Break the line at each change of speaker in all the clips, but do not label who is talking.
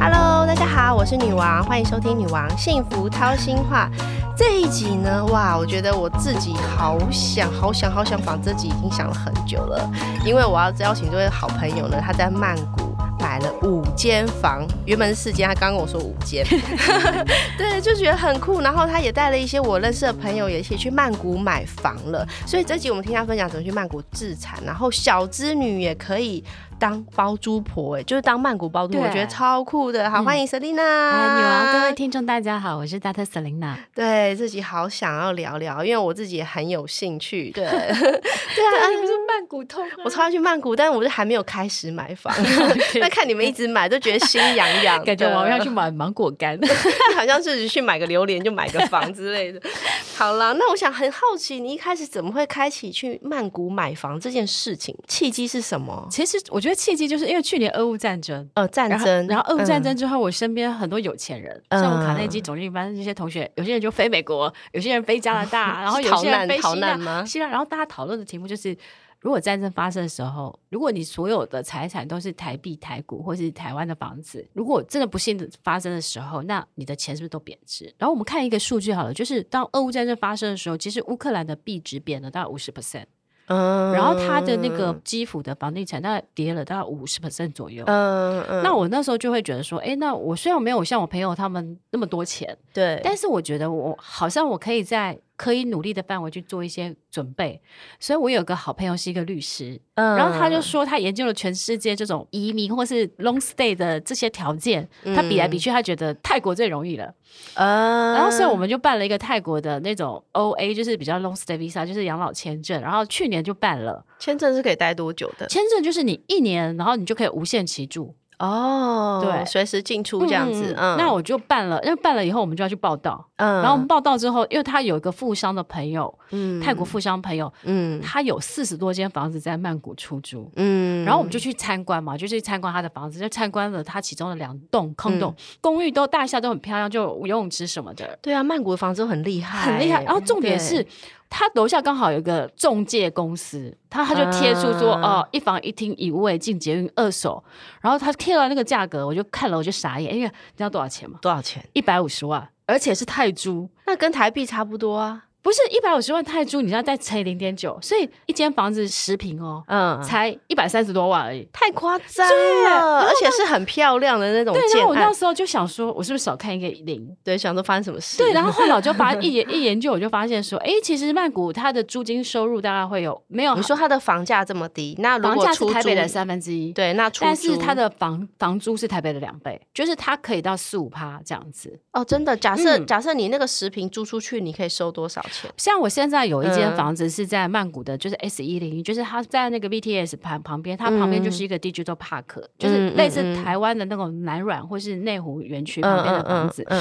Hello，大家好，我是女王，欢迎收听《女王幸福掏心话》。这一集呢，哇，我觉得我自己好想、好想、好想仿这集，已经想了很久了。因为我要邀请这位好朋友呢，他在曼谷买了五间房，原本是四间，他刚刚跟我说五间， 对，就觉得很酷。然后他也带了一些我认识的朋友，也一起去曼谷买房了。所以这集我们听他分享怎么去曼谷自产，然后小资女也可以当包租婆、哎，就是当曼谷包租婆，
对
我觉得超酷的。好，
嗯
欢迎 Selina，、
哎，女王，各位听众大家好，我是 Data Selina。
对自己好想要聊聊，因为我自己也很有兴趣。 对，对
对
啊，
你不是曼谷通、啊
我超要去曼谷，但我是还没有开始买房。 那看你们一直买，就觉得心痒痒的，
感觉我们要 去买芒果干。
好像是去买个榴莲就买个房之类的。 好啦，那我想很好奇，你一开始怎么会开启去曼谷买房这件事情？契机是什么？
其实我觉得契机就是因为去年俄乌战争。
呃，战
然后
争，，
然后俄乌战争
嗯
之后，我身边很多有钱人，
嗯
像我卡内基总领班这些同学，有些人就飞美国，有些人飞加拿 大，然后有些人飞
逃
希
难逃难吗
腊，希腊。然后大家讨论的题目就是，如果战争发生的时候，如果你所有的财产都是台币、台股或是台湾的房子，如果真的不幸的发生的时候，那你的钱是不是都贬值？然后我们看一个数据好了，就是当俄乌战争发生的时候，其实乌克兰的币值贬了大概五十 percent，
嗯
然后它的那个，基辅的房地产大概跌了大概五十 percent 左右。
嗯嗯，
那我那时候就会觉得说，哎，那我虽然没有像我朋友他们那么多钱，
对，
但是我觉得我好像我可以在可以努力的范围去做一些准备。所以我有个好朋友是一个律师，
嗯
然后他就说他研究了全世界这种移民或是 long stay 的这些条件，他比来比去，他觉得泰国最容易了。
嗯，
然后，所以我们就办了一个泰国的那种 O A，就是比较 long stay visa，就是养老签证。然后去年就办了，
嗯签证是可以待多久的？
签证就是你一年，然后你就可以无限期住。
哦，
对
随时进出这样子。嗯，
那我就办了，因为办了以后我们就要去报道。
嗯，
然后我们报道之后，因为他有一个富商的朋友，
嗯
泰国富商朋友，
嗯
他有四十多间房子在曼谷出租。
嗯
然后我们就去参观嘛，就去参观他的房子，就参观了他其中的两栋
嗯
空洞、公寓都大厦都很漂亮，就有游泳池什么的，
对啊，曼谷的房子都很厉害，
很厉害。然后重
哎
点
对
是，他楼下刚好有一个中介公司，他他就贴出说，哦、
啊
一房一厅一卫进捷运二手，然后他贴了那个价格，我就看了我就傻眼，因为你知道多少钱吗？
多少钱？
一百五十万，而且是泰铢。
那跟台币差不多啊。
不是一百五十万泰铢，你要再乘以零点九，所以一间房子十平哦，
嗯，
才一百三十多万而已。
太夸张
对然
了，
后
而且是很漂亮的那种
对，然
建
后我那
案。
时候就想说，我是不是少看一个零？
对，想说发生什么事？
对，然 后后来我就发一研一研究，我就发现说，哎，其实曼谷它的租金收入大概会有没有
你说它的房价这么低，那如
房
果
价
出
是
租
台北的三分之一，，
对，那出租
但是它的房房租是台北的两倍，就是它可以到四五趴这样子。
哦，真的，假设
嗯
假设你那个十平租出去，你可以收多少钱？
像我现在有一间
嗯
房子是在曼谷的，就是 S 一零一，就是它在那个 BTS 旁旁边，它旁边就是一个 Digital Park，、就是类似
嗯嗯嗯嗯
台湾的那种南软或是内湖园区
嗯
旁边的房子。
嗯，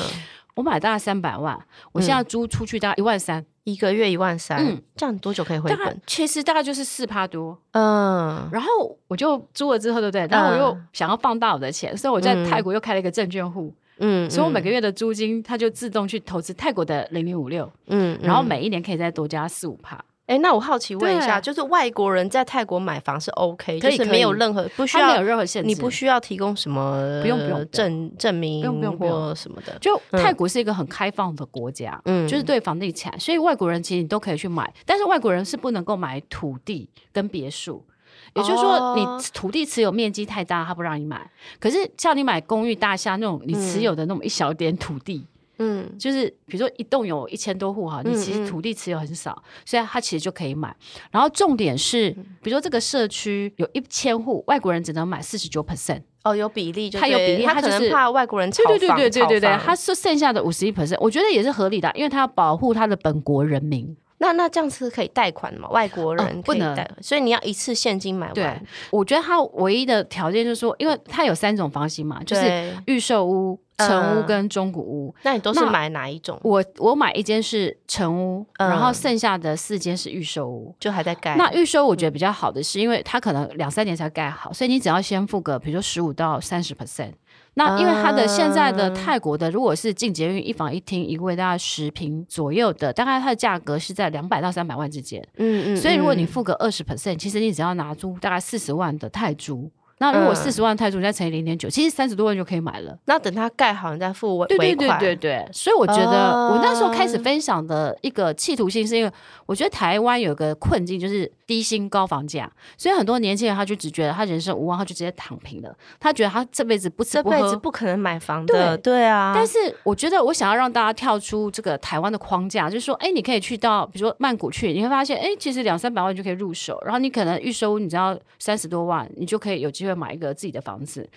我买大概三百万，我现在租出去大概一万三，
一个月一万三
嗯，
这样多久嗯可以回
大概
本？
其实大概就是四趴多。
嗯，
然后我就租了之后，对不对？然后我又想要放大我的钱，所以我在
嗯
泰国又开了一个证券户，
嗯，
所以我每
嗯
个月的租金它就自动去投资泰国的零零五六，
嗯，
然后
嗯
每一年可以再多加四五趴。
哎、那我好奇问一下，就
对
是外国人在泰国买房是 OK，
可以
就是没有
可以
任何不需
它没有
要，
任何限制，
你不需要提供什么
不用不用不用
证证明
不用不用不用
或什么的，
就
嗯
泰国是一个很开放的国家，
嗯
就是对房地产，所以外国人其实你都可以去买，但是外国人是不能够买土地跟别墅。也就是
哦
说，你土地持有面积太大，他不让你买。可是像你买公寓大厦那种，你持有的那种一小点土地，
嗯
就是比如说一栋有一千多户哈，
嗯
你
嗯
其实土地持有很少，所以他其实就可以买。然后重点是，
嗯
比如说这个社区有一千户，外国人只能买四十九 percent，
哦，有比例就
它有
对
比例
他
它
可
就
能
是
怕外国人炒
对对
房
对对对对
炒
对，
房
他是剩下的五十一 percent，我觉得也是合理的，因为他要保护他的本国人民。
那那这样是可以贷款吗？外国人、
哦不能
贷，所以你要一次现金买完，
对，我觉得他唯一的条件就是说，因为他有三种房型嘛，就是
对
预售屋、成
嗯
屋跟中古屋。
那你都是
那
买哪一种？
我我买一间是成屋，
嗯
然后剩下的四间是预售屋。
就还在盖，嗯
那预售我觉得比较好的是，因为它可能两三年才盖好，所以你只要先付个，比如说十五到三十 percent，那因为它的现在的
啊
泰国的，如果是进捷运一房一厅一卫，大概十平左右的，大概它的价格是在两百到三百万之间。
嗯嗯，
所以如果你
嗯
付个二十 percent，其实你只要拿租大概四十万的泰铢，那如果
嗯
四十万泰铢再乘以零点九，其实三十多万就可以买了。
那等它盖好，你再付尾
对对
尾
对
款。
对对，所以我觉得我那时候开始
啊
分享的一个企图性，是因为我觉得台湾有个困境就是低薪高房价，所以很多年轻人他就只觉得他人生无望，他就直接躺平了，他觉得他这辈子不吃
这
不
辈
喝
子不可能买房的，对啊。
但是我觉得我想要让大家跳出这个台湾的框架，就是说，哎，你可以去到比如说曼谷去，你会发现，哎，其实两三百万就可以入手，然后你可能预收你只要三十多万，你就可以有机会买一个自己的房子。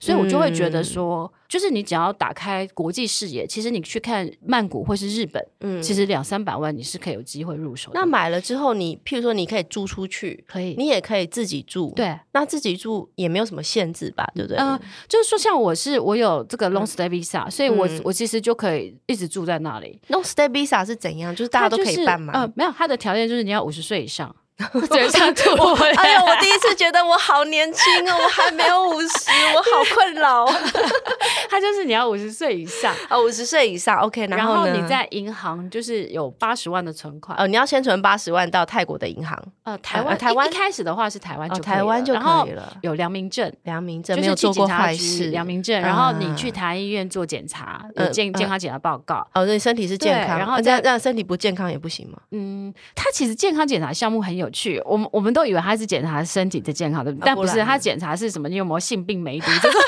所以我就会觉得说，就是你只要打开国际视野，其实你去看曼谷或是日本，
嗯
其实两三百万你是可以有机会入手的。
那买了之后你，譬如说你可以租出去，
可以，
你也可以自己住。，
对，
那自己住也没有什么限制吧，对不对？
嗯就是说，像我是我有这个 long stay visa，、所以我
嗯
我其实就可以一直住在那里。
那 stay visa 是怎样？就是大家都可以办吗？
它就是呃，没有，它的条件就是你要五十岁以上。对，像我，
哎呀，我第一次觉得我好年轻哦，我还没有五十，我好困扰 哦
它就是你要五十岁以上，
啊！五十岁以上，OK，
然
后
后
呢
你在银行就是有八十万的存款。
呃，你要先存八十万到泰国的银行，
呃，台
呃
湾
台湾
一一开始的话是台湾
哦
就可以了、
台湾就
然后
可以了
有良民证。
良民
就
证没
是
有
去
做
警
过
察
坏
局
事，
良民证，然后你
啊
去台医院做检查，有
呃
健健
呃
康检查报告。
哦，对，身体是健
对
康，
然后
呃
再
让让身体不健康也不行 吗？
嗯，它其实健康检查项目很有趣，我们我们都以为它是检查身体的健康，对不对？
啊
但
不
不是，
然
它
呢
检查是什么？你有没有性 病、梅毒这种？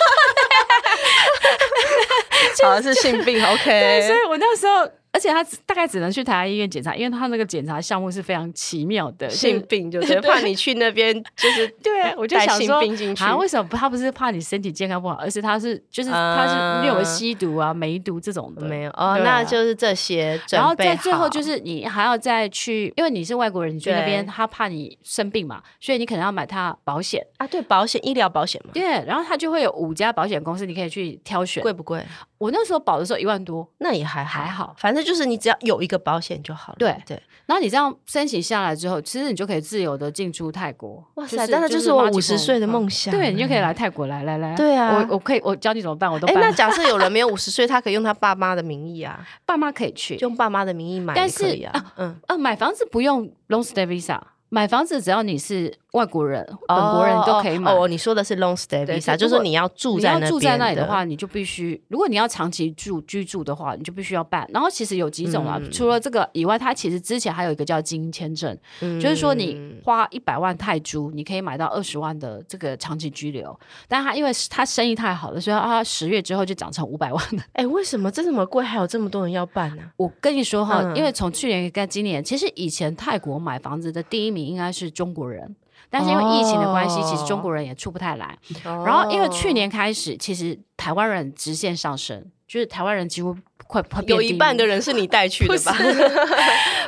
好像是性病
所
，OK，
以我那时候，而且他只大概只能去台大医院检查，因为他那个检查项目是非常奇妙的。呃
性
就
病 就对，怕你去那边就是
对，啊我就
带
想
性
说
病进，去
啊，为什么不他不是怕你身体健康不好，而是他是就是
啊
他是因为有吸毒啊、梅毒这种的。
没有哦，
对啊
那就是这些准备
然
好，
后在最后就是你还要再去，因为你是外国人，你去那边
对
他怕你生病嘛，所以你可能要买他保险。
啊，对，保险医疗保险嘛，
对，然后他就会有五家保险公司，你可以去挑选。
贵不贵？
我那时候保的时候一万多，
那也还好
还好
反正就是你只要有一个保险就好了。
对
对，哎
然后你这样申请下来之后，其实你就可以自由的进出泰国。
哇塞，真的就是我五十岁的梦想，
嗯
哎
对你就可以来泰国，来来来。
对啊
我我可以，我教你怎么办，我都
哎，
办。
那假设有人没有五十岁，他可以用他爸妈的名义啊，
爸妈可以去
就，用爸妈的名义买也
但是
可以啊，嗯，
呃，买房子不用 long stay visa，买房子只要你是外国人、本国人
哦
都可以买。
哦，哦你说的是 long stay
对
visa，
对
就是说你要住
你
在
要
那
住在那里
边
的，话，你就必须，如果你要长期住居住的话，你就必须要办。然后其实有几种啊，除
嗯
了这个以外，它其实之前还有一个叫精英签证，就是说
嗯
你花一百万泰铢，你可以买到二十万的这个长期居留。但他因为他生意太好了，所以他十月之后就涨成五百万了。
哎，为什么这这么贵，还有这么多人要办呢？
我跟你说哈，
嗯
因为从去年跟今年，其实以前泰国买房子的第一名应该是中国人。但是因为疫情的关系，
哦
其实中国人也出不太来。哦然后因为去年开始，其实台湾人直线上升，就是台湾人几乎快快变
有
第
一半的
名
人是你带去的吧？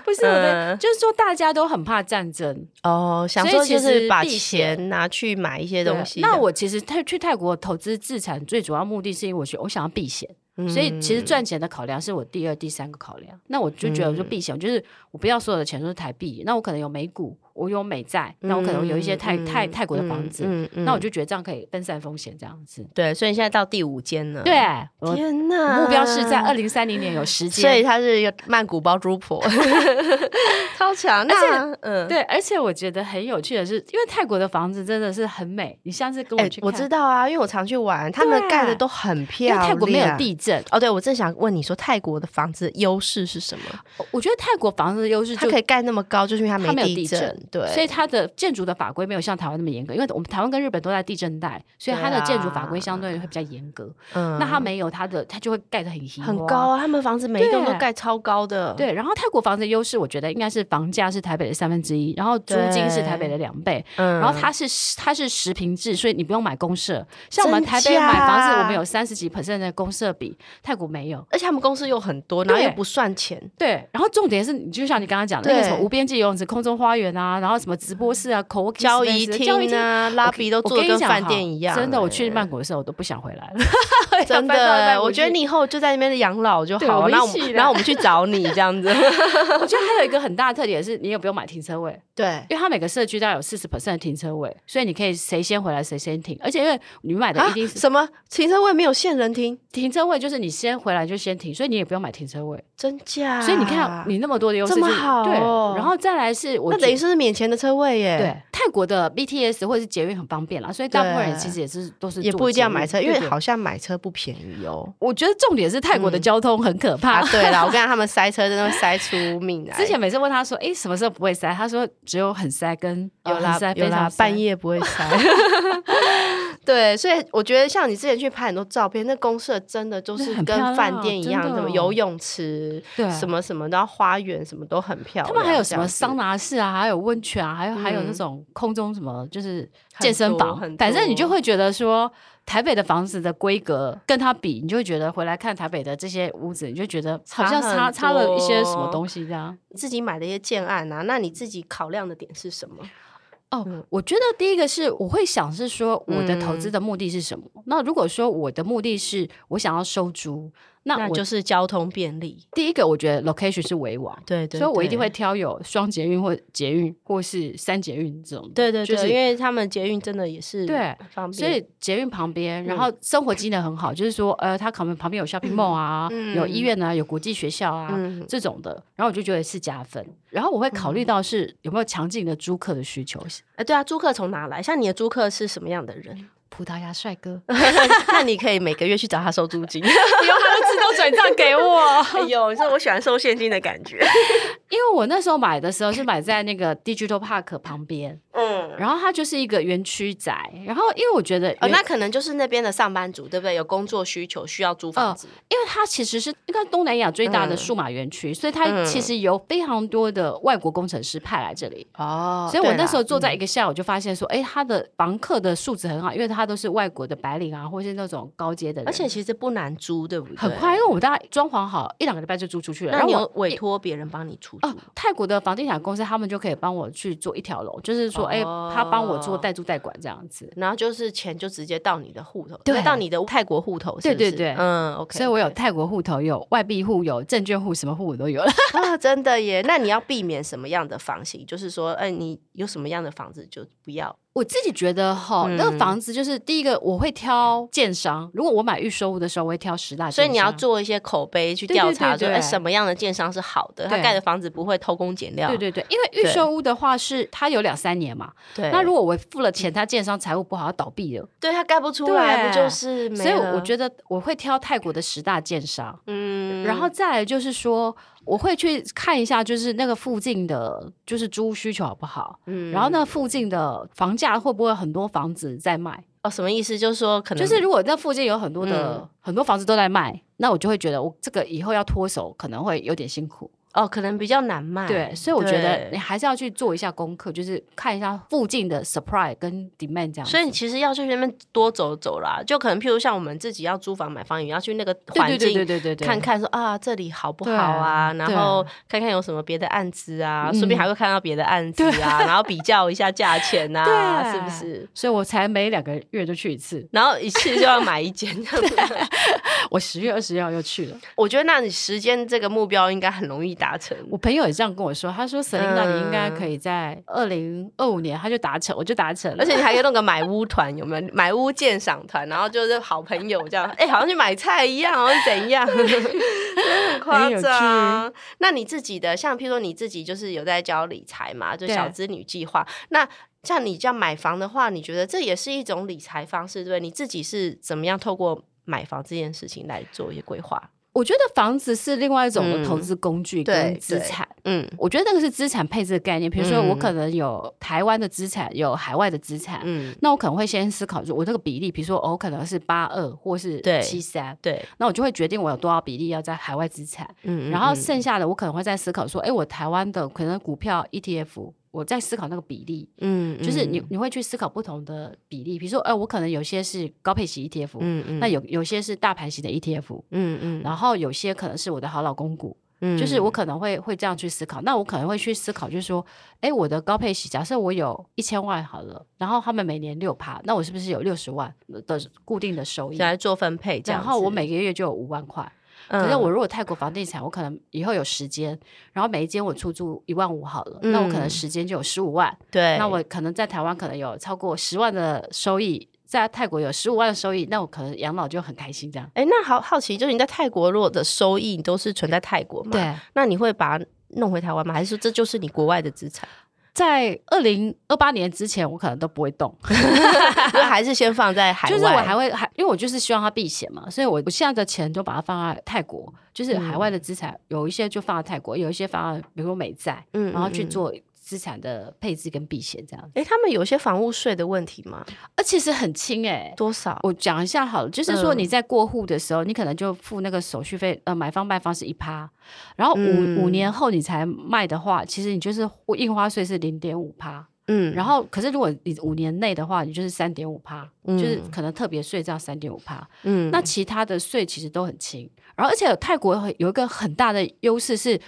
不是我的，
嗯
就是说大家都很怕战争，
哦，想
所以
说就
其实
是把
避险
钱拿去买一些
对啊
东西的。
那我其实泰去泰国投资资产最主要目的是因为我觉得我想要避险，
嗯
所以其实赚钱的考量是我第二、第三个考量。那我就觉
嗯
得我就避险，就是我不要所有的钱都是台币，那我可能有美股，我有美债，那我可能有一些泰、泰泰国的房子，
嗯嗯
那我就觉得这样可以分散风险，这样子。
对，所以你现在到第五间了。
对，，啊我
天哪！
目标是在二零三零年有时
嗯所以
间。
他是一个曼谷包租 婆，超强。那嗯，
对，而且我觉得很有趣的是，因为泰国的房子真的是很美。你上次跟
哎、
我去看，
我知道啊，因为我常去玩，他们
对啊
盖的都很漂
因为
亮。
泰国没有。地震，
哦，对，我正想问你说泰国的房子优势是什么？
我觉得泰国房子的优势
它
就
可以盖那么高，就是因为它
它没有
地
地震
对，
所以它的建筑的法规没有像台湾那么严格，因为我们台湾跟日本都在地震带，所以它的
对啊
建筑法规相对会比较严格。
嗯
那它没有它的，它就会盖得很稀
很
花
高。啊，他们房子每一栋都
对
盖超高的。，
对，然后泰国房子的优势，我觉得应该是房价是台北的三分之一，然后租金是台北的两倍，
嗯
然后它是它是十平制，所以你不用买公社。像我们
真
台北买房
假
子，我们有三十几 percent 的公社比，泰国没有。
而且他们公司又很多，然后
对
又不算钱。
对，然后重点是你就像你刚刚讲的，那
对嗯
个什么无边际游泳池、空中花园啊，啊，然后什么直播室啊、口
交易
交易
厅
厅
啊、拉比都
我
做的
跟
跟
你讲
饭
哈
店一样欸。
真的，我去曼谷的时候，我都不想回来 了。
真
搬到曼
的，
谷
我觉得
去
你以后就在那边养老就
对
好
我
了。
们
然后
一
我们，
起
然
来
后我们去找你这样 子。
我觉得还有一个很大的特点是，你也不用买停车位，
对，
因为它每个社区大概有四十 percent 的停车位，所以你可以谁先回来谁先停。而且因为你买 的
啊
一定，是
什么停车位没有限人停，
停车位，就是你先回来就先停，所以你也不用买停车位。
真假？
所以你看你那么多的优势
啊这
就
么
是，
好
对
哦。
然后再来是我
那
觉
等于是哎免钱的车位耶。
对泰国的 BTS 或者是捷运很方便啦，所以大部分人其实也是都是
也
坐
不一定要
捷运
买车，因
对
为
对
好像买车不便宜 哦。
我觉得重点是泰国的
嗯
交通很可怕
啊，。对啦，我跟你讲他们塞车真的会塞出命来。
之前每次问他说：“哎、什么时候不会塞？”他说：“只有很塞跟
有
呃
啦
很塞，
有
非常
啦，
塞
半夜不会 塞。对，所以我觉得像你之前去拍很多照片，那公社真的就
那
是
很漂
跟
亮
饭店一样，
真的
什么游泳池、
对
什么什么，然后花园什么都很漂
他
亮。
们还有什么
这样
桑
子
拿室啊，还有温泉啊，还有、还有那
嗯
种空中什么就是
很
健身
多
房
很，
反正你就
多
会觉得说台北的房子的规格跟它比，你就会觉得回来看台北的这些屋子，你就觉得好
差
像
很
差差了一些什
多
么东西这样。
自己买的一些建案啊，那你自己考量的点是什么？
哦
嗯，
我觉得第一个是我会想是说我的投资
嗯
的目的是什么？那如果说我的目的是我想要收租，那
那
我
就是交通便利，
第一个我觉得 location 是为王。
对对
所以我一定会。挑有双捷运或捷运或是三捷运这种。
对对对，
就是
因为他们捷运真的也是
对
方便，
所以捷运旁边，嗯然后生活机能很好，就是说，呃，它可能旁边有 shopping mall 啊，
嗯
有医院啊，有国际学校啊、
嗯
这种的，然后我就觉得是加分。然后我会考虑到是有没有强劲的租客的需求，
哎，对啊，租客从哪来？像你的租客是什么样的人？
葡萄牙帅哥，
那你可以每个月去找他收租金。
不用他 就自动转账给 我。
哎呦，说我喜欢收现金的感觉。
因为我那时候买的时候是买在那个 Digital Park 旁边，
嗯，
然后它就是一个园区宅，然后因为我觉得
哦，
园
那可能就是那边的上班族，对不对？有工作需求需要租房子，
因为它其实是应该东南亚最大的
嗯
数码园区，所以它其实有非常多的外国工程师派来这里。
哦
所以我那时候坐在一个下午，就发现说，哎、它的房客的素质很好，因为它都是外国的白领啊，或是那种高阶的人，
而且其实不难租，对不对？
很快，因为我们大概装潢好一两个礼拜就租出去了。
那你
然
有
后我
委托别人帮你出租？
哦，泰国的房地产公司他们就可以帮我去做一条龙，就是说，哎、
哦
他帮我做代租代管这样子。
然后就是钱就直接到你的户头，
对
呃到你的泰国户头是不是，
对对对
嗯，OK，
所以我有泰国户头，有外币户，有证券户，什么户我都有了。
啊，真的耶。那你要避免什么样的房型？就是说，哎，你有什么样的房子就不要。
我自己觉得哈，
嗯
那个房子就是第一个，我会挑建商。如果我买预售屋的时候，我会挑十大建
所
商。
以你要做一些口碑去
对
调
对
查，说
对对
哎什么样的建商是好的，他
对
盖的房子不会偷工减料。
对对对，因为预售屋的话是它有两三年嘛，
对
那如
果
果我付了
嗯
钱，它建商财务不好，要倒闭了。
对他盖不出来，
对
不就是没
所以我
了
觉得我会挑泰国的十大建商，
嗯，
然后再来就是说，我会去看一下，就是那个附近的，就是租屋需求好不好，
嗯
然后那附近的房价会不会有很多房子在卖？
哦，什么意思？就是说可能
就是如果那附近有很多的、
嗯
很多房子都在卖，那我就会觉得我这个以后要脱手可能会有点辛苦。
哦，可能比较难卖。
对，所以我觉得你
对。
还是要去做一下功课，就是看一下附近的 supply 跟 demand 这样子。
所以你其实要去那边多走走啦，就可能譬如像我们自己要租房买房，也要去那个环
对对
境
对对对对对，
看看说啊这里好不好
对
啊，然
对
后看看有什么别的案子啊，
嗯
说不定还会看到别的案子啊，然后比较一下价钱啊，
对
是不是？
所以我才每两个月就去一次，
然后一次就要买一间，这样子
我十月二十号又去了。
我觉得那你时间这个目标应该很容易达成。
我朋友也这样跟我说，他说 Selina 你应该可以在二零二五年他就达成，我就达成了，
而且你还可以弄个买屋团，有没有？买屋鉴赏团，然后就是好朋友这样，哎、好像去买菜一样，好像怎样， 很夸
很有
张。那你自己的，像譬如说你自己就是有在教理财嘛，就
对
小资女计划。那像你这样买房的话，你觉得这也是一种理财方式，对不对？你自己是怎么样透过买房这件事情来做一些规划？
我觉得房子是另外一种的投资工具
对
跟资
对
产。
嗯
我觉得那个是资产配置的概念，比如说我
嗯
可能有台湾的资产，有海外的资产，
嗯，
那我可能会先思考，就我这个比例，比如说哦，可能是八二或是
对
七三，
对，
那我就会决定我有多少比例要在海外资产，
嗯
然后剩下的我可能会再思考说，哎，我台湾的可能股票 ETF，我在思考那个比例，
嗯
就是你你会去思考不同的比例，比如说，哎，我可能有些是高配 E 型 ETF，
嗯嗯
那有有些是大盘型的 E ETF，
嗯嗯，
然后有些可能是我的好老公股，
嗯
就是我可能会会这样去思考，那我可能会去思考，就是说，哎，我的高配息，假设我有一千万好了，然后他们每年六趴，那我是不是有六十万的固定的收益？
来做分配这样
然
子。
后我每个月就有五万块。
嗯，
可是我如果泰国房地产，我可能以后有十间，然后每一间我出租一万五好了，那我可能
嗯
十间就有十五万，
对，
那我可能在台湾可能有超过十万的收益，在泰国有十五万的收益，那我可能养老就很开心这样。
哎，那好好奇，就是你在泰国如果的收益你都是存在泰国嘛？，
对，啊
那你会把它弄回台湾吗？还是说这就是你国外的资 产？
在二零二八年之前，我可能都不会动，
就还是先放在海外？
就是我还会还，因为我就是希望它避险嘛，所以我我现在的钱都把它放在泰国，就是海外的资产、有一些就放在泰国，有一些放在比如说美债，
嗯
然后去。
嗯嗯
做资产的配置跟避险这样。
哎，他们有一些房屋税的问题吗？
啊，其实很轻哎、
多少？
我讲一下好了，就是说
嗯
你在过户的时候，你可能就付那个手续费，呃，买方卖方是一趴，然后五、
嗯
五年后你才卖的话，其实你就是印花税是零点五趴，
嗯
然后可是如果你五年内的话，你就是三点五趴，
嗯
就是可能特别税这样三点五趴，
嗯
那其他的税其实都很轻。然后而且泰国很有一个很大的优势是，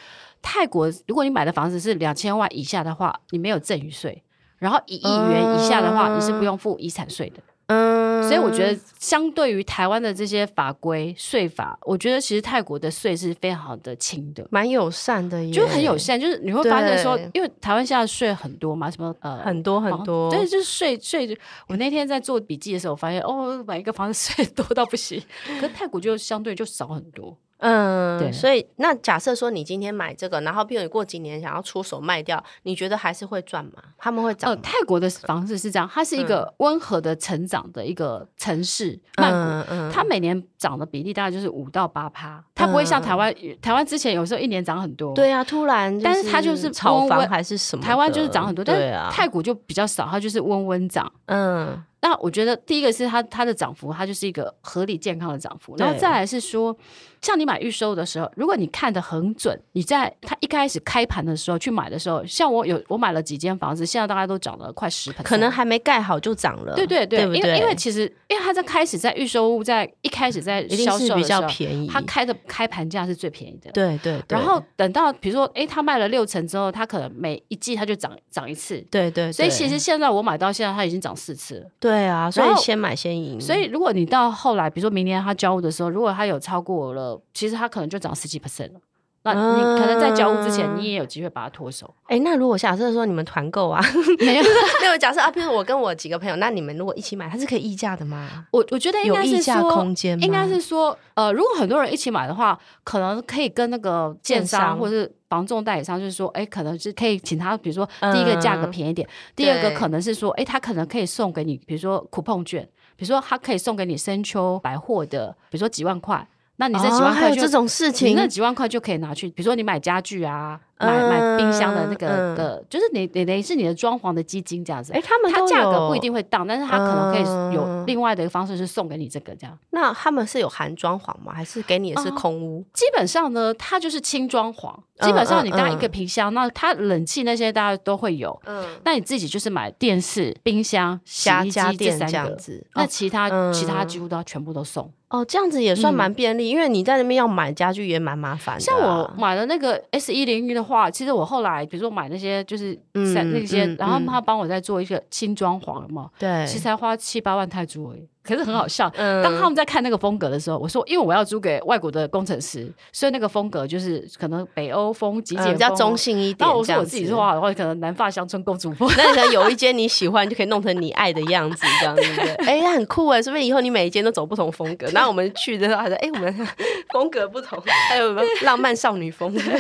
泰国如果你买的房子是两千万以下的话，你没有赠与税。然后一亿元以下的话，你是
啊
不用付遗产税的。
嗯
所以我觉得，相对于台湾的这些法规税法，我觉得其实泰国的税是非常的轻的。
蛮友善的耶，
就很有限，就是你会发现说
对，
因为台湾现在税很多嘛，什么呃
很多很
房
多，
对，就是税税。我那天在做笔记的时候，我发现哦，买一个房子税 多到不行，可是泰国就相对就少很多。对
嗯，所以那假设说你今天买这个，然后比如你过几年想要出手卖掉，你觉得还是会赚吗？他们会涨
呃，
吗？
泰国的房子是这样，它是一个温和的成长的一个城市，曼谷。
嗯嗯
它每年涨的比例大概就是五到八趴，它不会像台湾，台湾之前有时候一年涨很多，
对啊，突然，
但是它就是
炒
温
房
温
还是什么的？
台湾就是涨很多，但
对
是
啊，
泰国就比较少，它就是温温涨。
嗯
那我觉得第一个是它它的涨幅，它就是一个合理健康的涨幅，
对
然后再来是说，像你买预售的时候，如果你看的很准，你在它一开始开盘的时候去买的时候，像我有我买了几间房子，现在大概都涨了快十
可能还没盖好就涨了，
对对
对不
因为
对
因为其实因为它在开始在预售屋在一开始在
一定
销
是
售
比
的时
较
候，
便宜，
它开的开盘价是最便宜的，
对对，对
然后等到比如说，诶，它卖了六成之后，它可能每一季它就涨涨一次，
对对，
所以
对
其实现在我买到现在它已经涨四次了。
对啊，所以
然后
先买先赢，
所以如果你到后来，比如说明年它交屋的时候，如果它有超过了，其实它可能就涨十几 percent 了。那你可能在交屋之前，
嗯
你也有机会把它脱手。
哎，那如果假设说你们团购啊，
没有，
没有假设啊，比如我跟我几个朋友，那你们如果一起买，它是可以议价的吗？
我我觉得应
有
该
议
是
价
说
空，间吗？
应该是说，呃，如果很多人一起买的话，可能可以跟那个建
建商
商或是房仲代理商，就是说，哎，可能是可以请他，比如说第一个价格
嗯
便宜一点，第二个
对
可能是说，哎，他可能可以送给你，比如说 coupon 券，比如说他可以送给你深秋百货的，比如说几万块。那你这几
哦
万
还
块
有
就
这种事
你
情
那，几万块就可以拿去，比如说你买家具啊，买
嗯
买冰箱的那个
嗯
的，就是你你等于是你的装潢的基金这样子。
哎，他们
它
都
价格
有
不一，定会当，但是它可能可以有
嗯
另外的方式是送给你这个这样。
那他们是有含装潢吗？还是给你
哦
的是空屋？
基本上呢，它就是轻装潢，
嗯
基本上你搭一
嗯
个
嗯
皮箱，那它冷气那些大家都会有。
嗯，
那你自己就是买电视、冰箱、洗
家
衣机
家
这
电
三
这样
个，
子。
那
哦
其他、其他
嗯
几乎都要全部都送。
哦，这样子也算
嗯
蛮便利，因为你在那边要买家具也蛮麻烦的啊。
像我买了那个 S 一零一的话，其实我后来比如说买那些就是
嗯
三那些，
嗯
然后
嗯
他帮我再做一个轻装潢嘛，
对，
其实才花七八万泰铢而已，可是很好笑。
嗯
当他们在看那个风格的时候，我说，因为我要租给外国的工程师，所以那个风格就是可能北欧风、极
嗯
简呃风、
比较中。性一点
然后我
这
说
样
我
子，
自己说话的话，可能南发乡村公主风。
那你可能有一间你喜欢，就可以弄成你爱的样子，这样对不 对？哎、那很酷哎，说不定以后你每一间都走不同风格。然后我们去的时候，还说哎、我们 风格不同，还有什么浪漫少女风，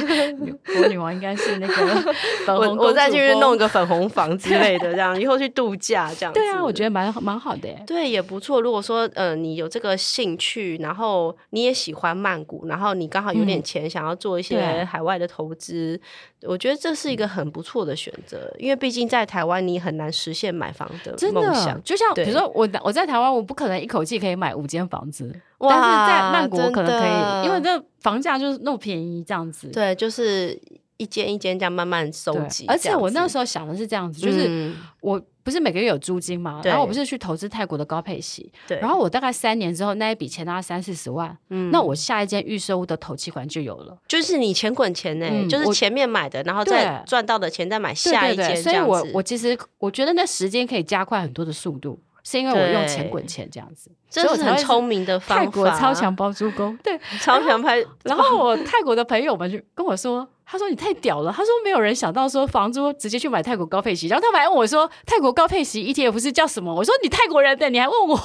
我 女王应该是那 个粉
我
红
我再去弄
个。
个粉红房之类的，这样以后去度假这样子。
对啊，我觉得蛮蛮好的耶。欸
对，也不错。如果说，呃，你有这个兴趣，然后你也喜欢曼谷，然后你刚好有点
嗯
钱，想要做一些
对
海外的投资，我觉得这是一个很不错的选择。因为毕竟在台湾，你很难实现买房的
真
梦
的
想，。
就像
对
比如说我我在台湾，我不可能一口气可以买五间房子，但是在曼谷我可能可以，因为
这
这房价就是那么便宜这样子。
对，就是。一间一间这样慢慢收
对
集。
而且我那
候
时候想的是这样子，嗯就是
嗯
我不是每个月有租金嘛，
对
然后我不是去投资泰国的高配息，
对，
然后我大概三年之后那一笔钱大概三四十万，
嗯
那我下一间预售屋的头期款就有了。
就是你钱滚钱呢、
嗯
就是
我
前面买的，然后再
对
赚到的钱再买
对
下
对
一间
对，所
这
以
样
我
子。
我其实我觉得那时间可以加快很多的速度，是因为我用钱
对
滚钱这样子，所以
这
我
是
才
很
会是
聪明的方法。
泰国超强，包租公， 对。
超强拍。
然后我泰国的朋友们就跟我说，他说你太屌了，他说没有人想到说房租直接去买泰国高配息，然后他们还问我说泰国高配息 ETF 是叫什么？我说你泰国人的，你还问我？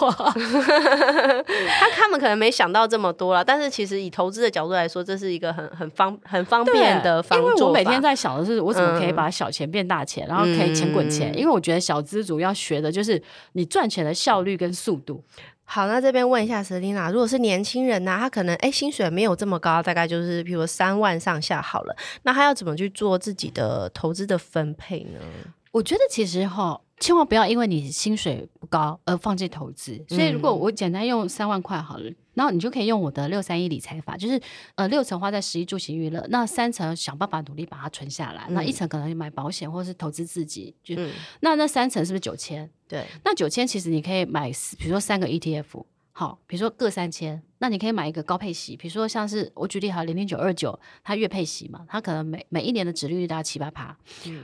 他他们可能没想到这么多啦，但是其实以投资的角度来说，这是一个很很方很方
对
便的方
因为
做
我
法
每天在想的是，我怎么可以
嗯
把小钱变大钱，然后可以钱滚钱。
嗯
因为我觉得小资主要学的就是你赚钱的效率跟速度。
好，那这边问一下 Selina，如果是年轻人呢、他可能哎薪水没有这么高，大概就是譬如三万上下好了，那他要怎么去做自己的投资的分配呢？
我觉得其实哈，千万不要因为你薪水不高而放弃投资。所以如果我简单用三万块好了，然后你就可以用我的六三一理财法，就是呃六层花在十一住行娱乐，那三层想办法努力把它存下来，那一层可能买保险或是投资自己，就、
嗯，
那那三层是不是九千？
对，
那九千其实你可以买四，比如说三个 ETF，好，比如说各三千，那你可以买一个高配息，比如说像是我举例好零零九二九，它月配息嘛，它可能每每一年的值利率大概七八趴，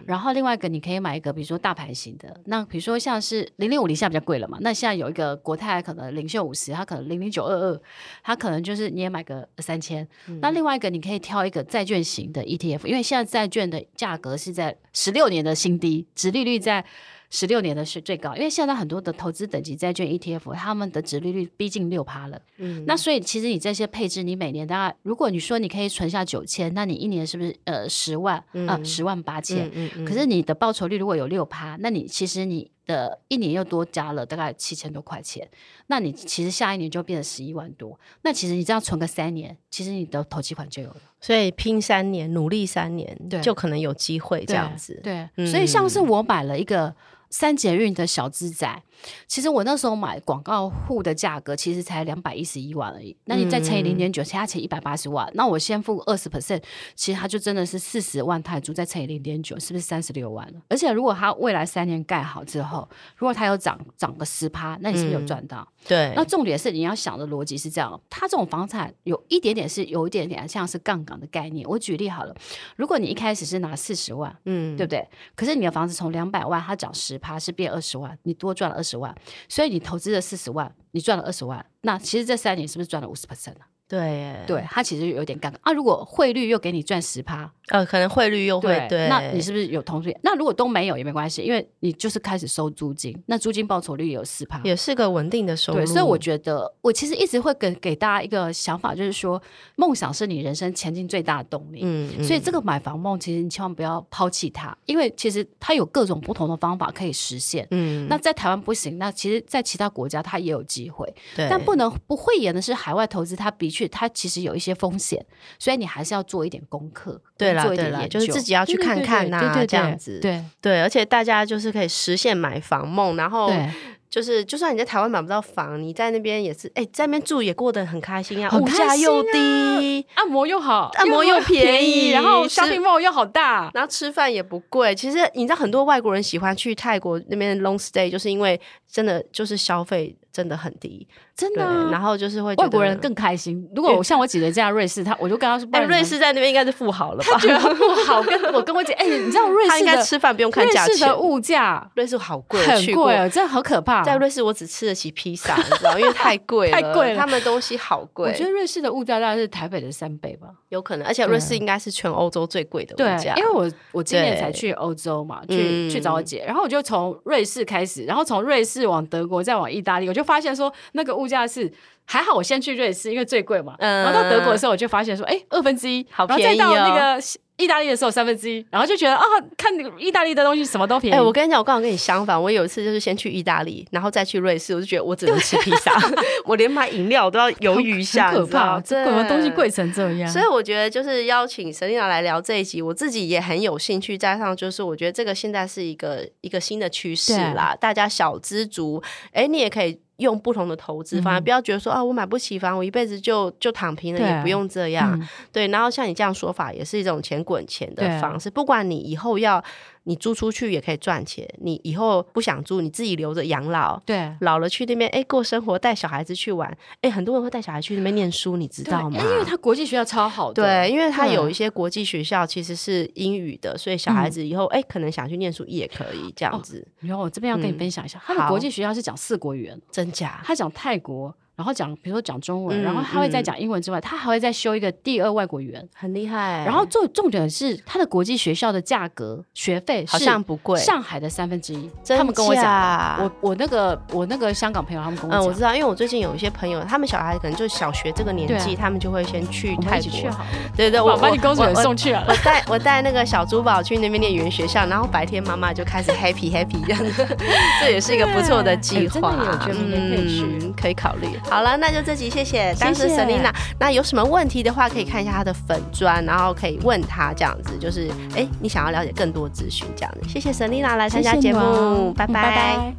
然后另外一个你可以买一个，比如说大盘型的，那比如说像是零零五零现在比较贵了嘛，那现在有一个国泰可能领袖五十，它可能零零九二二，它可能就是你也买个三千、那另外一个你可以挑一个债券型的 ETF，因为现在债券的价格是在十六年的新低，值利率在十六年的是最高，因为现在很多的投资等级债券 ETF，他们的值利率逼近六趴了。
嗯，
那所以其实你这些配置，你每年大概，如果你说你可以存下九千，那你一年是不是呃十万呃十万八千？
嗯嗯
可是你的报酬率如果有六趴，那你其实你的一年又多加了大概七千多块钱，那你其实下一年就变成十一万多。那其实你这样存个三年，其实你的投期款就有了。
所以拼三年，努力三年，
对
就可能有机会这样子。
对，
嗯
所以像是我买了一个三捷运的小资仔，其实我那时候买广告户的价格其实才两百一十一万而已。那你再乘以零点
嗯
九，其他乘一百八十万，那我先付二十 percent，其实它就真的是四十万泰铢，再乘以零点九，是不是三十六万了？而且如果它未来三年盖好之后，如果它有涨涨个十趴，那你是不是有赚到？
嗯对
那重点是你要想的逻辑是这样，它这种房产有一点点是有一点点像是杠杆的概念。我举例好了，如果你一开始是拿四十万，
嗯，
对不对？可是你的房子从两百万它涨十趴是变二十万，你多赚了二十万，所以你投资了四十万，你赚了二十万，那其实这三年是不是赚了五十 percent 啊？
对对，
对，它其实有点杠杆啊。如果汇率又给你赚十趴，
呃，可能汇率又会对，
那你是不是有同时？那如果都没有也没关系，因为你就是开始收租金，那租金报酬率也有四趴，
也是个稳定的收入。
对，所以我觉得我其实一直会给给大家一个想法，就是说梦想是你人生前进最大的动力。
嗯，嗯
所以这个买房梦，其实你千万不要抛弃它，因为其实它有各种不同的方法可以实现。
嗯，
那在台湾不行，那其实，在其他国家它也有机会，
对
但不能不讳言的是，海外投资它的确它其实有一些风险，所以你还是要做一点功课，
对啦
做一点
对啦
研
就
究，
是自己要去
对对
看
对
看
对
啊
对对
这样
对
子
对
对，而且大家就是可以实现买房梦，然后
对，
就是就算你在台湾买不到房，你在那边也是，哎、在那边住也过得很开心啊，
很
物
开
价又
心啊
低，
按摩又好，
按摩又便宜
然后
是
shopping mall 又好大，
然后吃饭也不贵。其实你知道，很多外国人喜欢去泰国那边 long stay，就是因为真的就是消费真的很低，
真
对，
的啊、
然后就是会觉
外国人
得。
更开心。如果我像我姐姐这样瑞士，她我就跟她说，不
哎、
然你们
瑞士在那边应该是富豪了吧？
觉得不好。跟我跟我姐，哎、你知道瑞
他
士
应该
的
吃饭不用看
瑞
价
士
钱
的。物价
瑞士好贵，我
很
去过
贵，哦，真的好可怕。
在瑞士我只吃得起披萨，你知道，因为太贵了，
太贵了
他们东西好贵。
我觉得瑞士的物价大概是台北的三倍吧。
有可能，而且瑞士应该是全欧洲最贵的
对
物价，，
因为我我今年
对
才去欧洲嘛，
嗯
去去找我姐，然后我就从瑞士开始，然后从瑞士往德国，再往意大利，我就发现说那个物价是还好，我先去瑞士，因为最贵嘛。
嗯
然后到德国的时候，我就发现说，哎，二分之一，
好
然后
便
再
宜
到
哦
那个意大利的时候三分之一，然后就觉得啊，看那个意大利的东西什么都便宜。
哎、我跟你讲，我刚好跟你相反。我有一次就是先去意大利，然后再去瑞士，我就觉得我只能吃披萨， 我连买饮料都要犹豫一下，
很可
你知道
怕，这什么东西。贵
对
成这样？
所以我觉得就是邀请沈丽娜来聊这一集，我自己也很有兴趣。加上就是我觉得这个现在是一个一个新的趋势啦，大家小资族，哎、你也可以用不同的投资方案，
嗯
不要觉得说啊，我买不起房，我一辈子就就躺平了，
对啊
也不用这样。
嗯
对，然后像你这样说法，也是一种钱滚钱的
对啊
方式。不管你以后要你租出去也可以赚钱，你以后不想租，你自己留着养老，
对。
老了去那边哎过生活，带小孩子去玩。哎，很多人会带小孩去那边念书，你知
知
道吗？
因为他国际学校超好的，
对，因为它有一
些
些国际学校其实是英语的，所以小
嗯
孩子以后哎、可能想去念书也可以
哦
这样子，
然后我这边要跟你
嗯
分享一下，他们
好
国际学校是讲四国语言，
真假？
他讲泰国，然后讲比如说讲中文，
嗯
然后他会再讲英文之外，他还会再修一个第二外国语言。
很厉害。
然后重重点是，他的国际学校的价格学费
好
是
像不贵，
上海的三分之一，
真
他们跟我讲的。
假
我我那个我那个香港朋友他们跟
嗯，
我讲，
我知道，因为我最近有一些朋友，他们小孩可能就小学这个年纪，
对啊
他们就会先去
我们
泰
一起去啊
国。
好了，
对对，
我
我
把你公主也。
我我
送去啊
我。带我带那个小珠宝去那边念语言学校，然后白天妈妈就开始 happy happy 这样子， 这也是一个不错的计划。
哎真的有觉得明年可以去
嗯可以考虑。好了，那就这集谢谢当时
谢谢
Selina。那有什么问题的话，可以看一下她的粉砖，然后可以问她这样子，就是哎、你想要了解更多资讯这样子。谢谢 Selina 来参加
谢谢
节目，
你哦嗯
拜
拜拜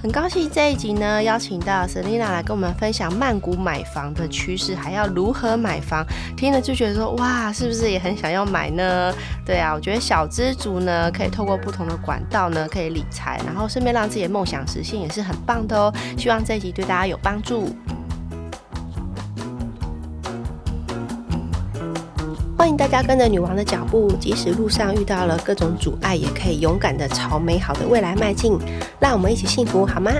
很高兴这一集呢，邀请到 Selina 来跟我们分享曼谷买房的趋势，还要如何买房。听了就觉得说，哇，是不是也很想要买呢？对啊，我觉得小资族呢，可以透过不同的管道呢，可以理财，然后顺便让自己的梦想实现，也是很棒的哦。希望这一集对大家有帮助。欢迎大家跟着女王的脚步，即使路上遇到了各种阻碍，也可以勇敢的朝美好的未来迈进。让我们一起幸福好吗？